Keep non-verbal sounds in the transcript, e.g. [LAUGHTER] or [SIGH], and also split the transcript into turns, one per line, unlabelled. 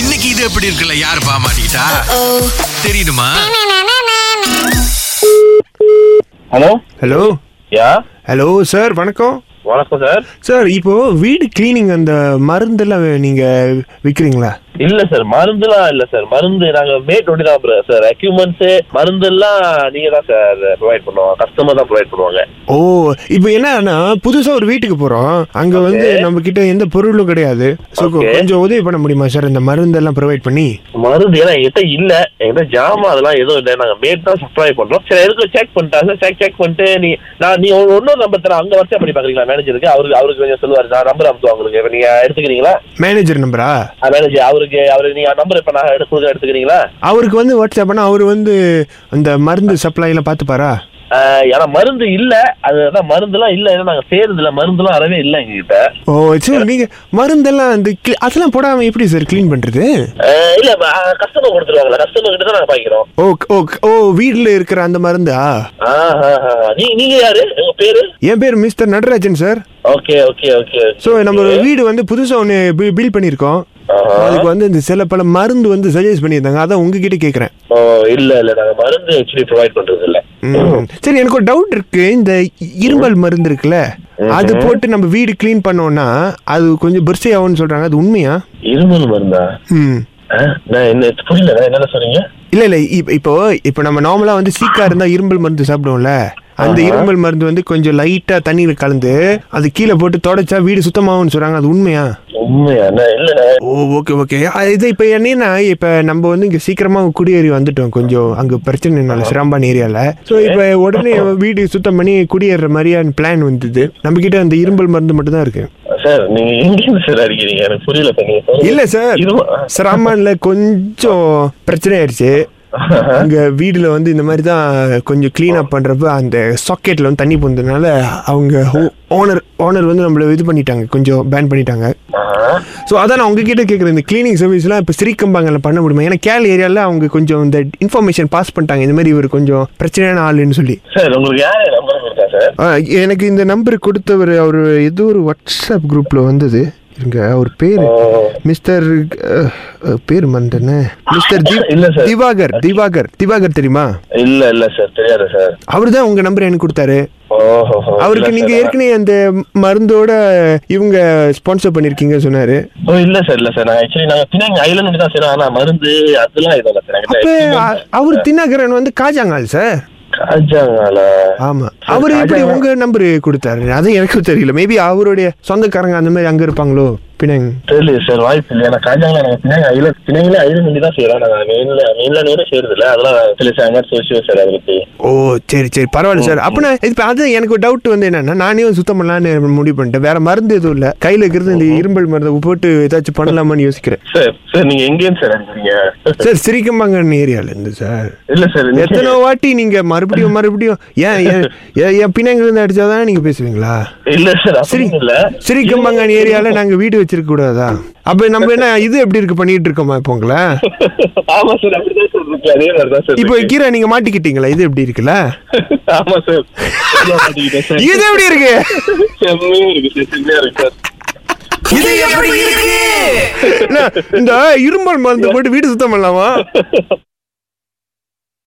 இன்னைக்கு இது எப்படி இருக்குல்ல யாரு பாமாட்டா தெரியுமா
hello
hello
ya
hello sir வணக்கம்
வணக்கம் சார்
சார் இப்போ வீடு கிளீனிங் அந்த மருந்தெல்லாம் நீங்க விற்கிறீங்களா
இல்ல சார் மருந்துலாம் இல்ல சார் மருந்து நாங்க மே டுவெண்ட்டி தான் சார் எக்யூப்மெண்ட்ஸ் மருந்தெல்லாம் நீங்க தான் சார் ப்ரொவைட் பண்ணுவாங்க கஸ்டமர் தான் ப்ரொவைட் பண்ணுவாங்க
ஓ இப்போ என்னன்னா புதுசா ஒரு வீட்டுக்கு போறோம் அங்க வந்து நம்ம கிட்ட எந்த பொருளும் கிடையாது ஸோ
Okay.
கொஞ்சம் உதவி பண்ண முடியுமா சார் இந்த மருந்தெல்லாம் ப்ரொவைட் பண்ணி
மருந்து ஏன்னா என்கிட்ட இல்ல என்கிட்ட ஜாமான் அதெல்லாம் எதுவும் இல்லை நாங்க மேட் தான் சப்ளை பண்றோம் சரி இருக்கு செக் பண்ணிட்டாங்க சார் செக் செக் பண்ணிட்டு நீ நான் நீ இன்னொரு நம்பர் தரேன் அங்க வச்சு அப்படி பாக்குறீங்களா மேனேஜருக்கு அவருக்கு அவருக்கு கொஞ்சம் சொல்லுவாரு நான் நம்பர் அனுப்புவேன் உங்களுக்கு இப்ப நீங்க எடுத்துக்கிறீங்களா
மேனேஜர் நம்பரா
மேனேஜர் அவருக்கு அவருக்கு நீங்க நம்பர் இப்ப நான் எடுத்து கொடுக்குறேன், எடுத்துக்கிறீங்களா
அவருக்கு வந்து வாட்ஸ்அப் பண்ணா அவர் வந்து அந்த மருந்து சப்ளைலாம் பார்த்துப்பாரா
ஆஹ் ஏன்னா மருந்து இல்ல அதுதான் மருந்துலாம் இல்ல ஏன்னா நாங்க செய்யறது இல்ல மருந்துலாம் அறவே இல்ல எங்ககிட்ட
ஓ சரி நீங்க மருந்தெல்லாம் அந்த cl- அதெல்லாம் போடாம எப்படி சார் க்ளீன் பண்றது
ஆஹ் இல்ல ம- கஸ்டமர் கொடுத்துருவாங்கல்ல கஸ்டமர் கிட்ட தான் நாங்க பாய்க்கிறோம்
ஓ ஓ ஓ வீட்டில் இருக்கிற அந்த மருந்தா
நீ நீங்க யாரு உங்க பேரு
என் பேர் mister Natarajan sir
okay okay okay
so நம்ம வீடு வந்து புதுசாக ஒன்று பில்ட் பண்ணியிருக்கோம்
ஆஹா.
அதுக்கு வந்து இந்த சில பல மருந்து வந்து சஜஸ்ட் பண்ணியிருந்தாங்க அதான் உங்ககிட்ட கேட்குறேன்
ஓ இல்ல இல்ல நாங்க மருந்து ஆக்சுவலி ப்ரொவைட் பண்றது இல்ல
சரி எனக்கு ஒரு டவுட் இருக்கு இந்த இருமல் மருந்து இருக்குல்ல அது போட்டு நம்ம வீடு க்ளீன் பண்ணோம்னா அது கொஞ்சம் பிரிசை ஆகும்னு சொல்றாங்க அது உண்மையா
இருமல் மருந்தா
ம்
ஆ, நான் என்ன புரியல நான் என்னென்ன சொன்னீங்க
இல்ல இல்ல இப்- இப்போ இப்போ நம்ம நார்மலா வந்து சீக்கா இருந்தா இருமல் மருந்து சாப்பிடுவோம்ல அந்த இருமல் மருந்து வந்து கொஞ்சம் லைட்டா தண்ணீர் கலந்து அது கீழே போட்டு தொடச்சா வீடு சுத்தமாகும்னு சொல்றாங்க அது உண்மையா
உண்மையா நான் இல்ல நான்
ஓ ஓகே ஓகே இது இப்போ என்னன்னா இப்போ நம்ம வந்து இங்கே சீக்கிரமாக குடியேறி வந்துட்டோம் கொஞ்சம் அங்கே பிரச்சனைனால சிராம்பான் ஏரியாவில் ஸோ இப்போ உடனே வீடு சுத்தம் பண்ணி குடியேற மாதிரியான பிளான் வந்தது நம்மக்கிட்ட அந்த இரும்பல் மருந்து மட்டும்தான் இருக்கு
சார் நீங்க எங்க இருந்து சார் அடிக்கிறீங்க எனக்கு புரியல சார் நீங்க சொல்லுங்க.
இல்லை சார்
இரும-
சிராம்பானில் கொஞ்சம் பிரச்சனை ஆயிடுச்சு அங்கே வீட்டில் வந்து இந்த மாதிரி தான் கொஞ்சம் க்ளீன் அப் பண்ணுறப்ப அந்த சாக்கெட்டில் வந்து தண்ணி போனதுனால அவங்க ஓனர் ஓனர் வந்து நம்மள இது பண்ணிட்டாங்க கொஞ்சம் பேன் பண்ணிட்டாங்க
ஆஹா.
ஸோ அதான் நான் உங்ககிட்ட கேட்குறேன் இந்த கிளீனிங் சர்வீஸ்லாம் இப்போ ஸ்ரீகம்பாங்கல பண்ண முடியுமா ஏன்னா கேல் ஏரியாவில் அவங்க கொஞ்சம் இந்த இன்ஃபர்மேஷன் பாஸ் பண்ணிட்டாங்க இந்த மாதிரி இவர் கொஞ்சம் பிரச்சனையான ஆளுன்னு சொல்லி
சார் உங்களுக்கு யாரு நம்பர் கொடுத்தா சார்
ஆ, எனக்கு இந்த நம்பர் கொடுத்தவர் அவர் ஏதோ ஒரு வாட்ஸ்அப் குரூப்பில் வந்தது இருங்க அவர் பேர் மிஸ்டர் பேர் மந்தனே மிஸ்டர்
இல்ல sir.
திவாகர் திவாகர் திவாகர் தெரியுமா
இல்ல இல்ல சார் தெரியாது சார்
அவர் தான் உங்கள் நம்பர் எனக்கு கொடுத்தாரு
ஓஹோ
அவருக்கு நீங்கள் ஏற்கனவே அந்த மருந்தோட இவங்க ஸ்பான்சர் பண்ணியிருக்கீங்கன்னு சொன்னார்
ஓ இல்ல சார் இல்ல சார் நான் ஆக்சுவலி நாங்க பினாங்க ஐலண்ட் தான் சார் ஆனா மருந்து அதெல்லாம் இதெல்லாம் சார்
அப்போ
என்கிட்ட
அவர் தினகரன் வந்து காஜாங்கால் சார்
காஜாங்கால
ஆமா அவர் எப்படி உங்க நம்பர் கொடுத்தாரு அது எனக்கும் தெரியல மேபி அவருடைய சொந்தக்காரங்க அந்த மாதிரி அங்க இருப்பாங்களோ பிணங்
தெரியல சார் வாய்ப்பு இல்லை ஏன்னா காஜாங்கால நாங்க பினாங்க ஐலண்ட் பினாங்களே ஐலண்ட் பண்ணி தான் செய்யறோம் நாங்க மெயின்ல மெயின்ல நேரம் செய்யறது இல்ல அதெல்லாம் தெரியல சார் அங்கே சோசியோ சார் அதை பத்தி
ஓ சரி சரி பரவாயில்ல சார் அப்பனா இப்ப அது எனக்கு டவுட் வந்து என்னன்னா நானே வந்து சுத்தம் பண்ணலாம்னு முடிவு பண்ணிட்டேன் வேற மருந்து எதுவும் இல்ல கையில இருக்கிறது இந்த இரும்பல் மருந்து போட்டு ஏதாச்சும் பண்ணலாமான்னு யோசிக்கிறேன்
சார் சார் நீங்க எங்கேன்னு சார் அனுப்புறீங்க
சார் சிரிக்கம்பாங்கன்னு ஏரியால இருந்து சார்
இல்ல சார் நீங்க-
எத்தனை வாட்டி நீங்க மறுபடியும் மறுபடியும் ஏன் ஏன், ஏன், என் பிணங்க இருந்து அடிச்சாதான் நீங்க பேசுவீங்களா
இல்ல சார்
சரி
அப்படி இல்ல
சரி கம்பாங்கன் ஏரியால நாங்க வீடு வச்சிருக்க கூடாதா அப்ப நம்ம என்ன இது எப்படி இருக்கு பண்ணிட்டு இருக்கோமா இப்போ உங்களை
ஆமா சார் அப்படிதான் சார் இருக்கு அதே மாதிரி தான் சார்
இப்போ
இருக்கு.
கீரை நீங்க மாட்டிக்கிட்டீங்களா இது எப்படி இருக்குல்ல
ஆமா சார் நல்லா பாத்துக்கிட்டேன் சார்
இது எப்படி இருக்கு
செம்மையா இருக்கு சார் செம்மையா இருக்கு சார் [LAUGHS]
இது எப்படி இருக்கு என்ன, இந்த இருமல் மருந்து போட்டு வீடு சுத்தம் பண்ணலாமா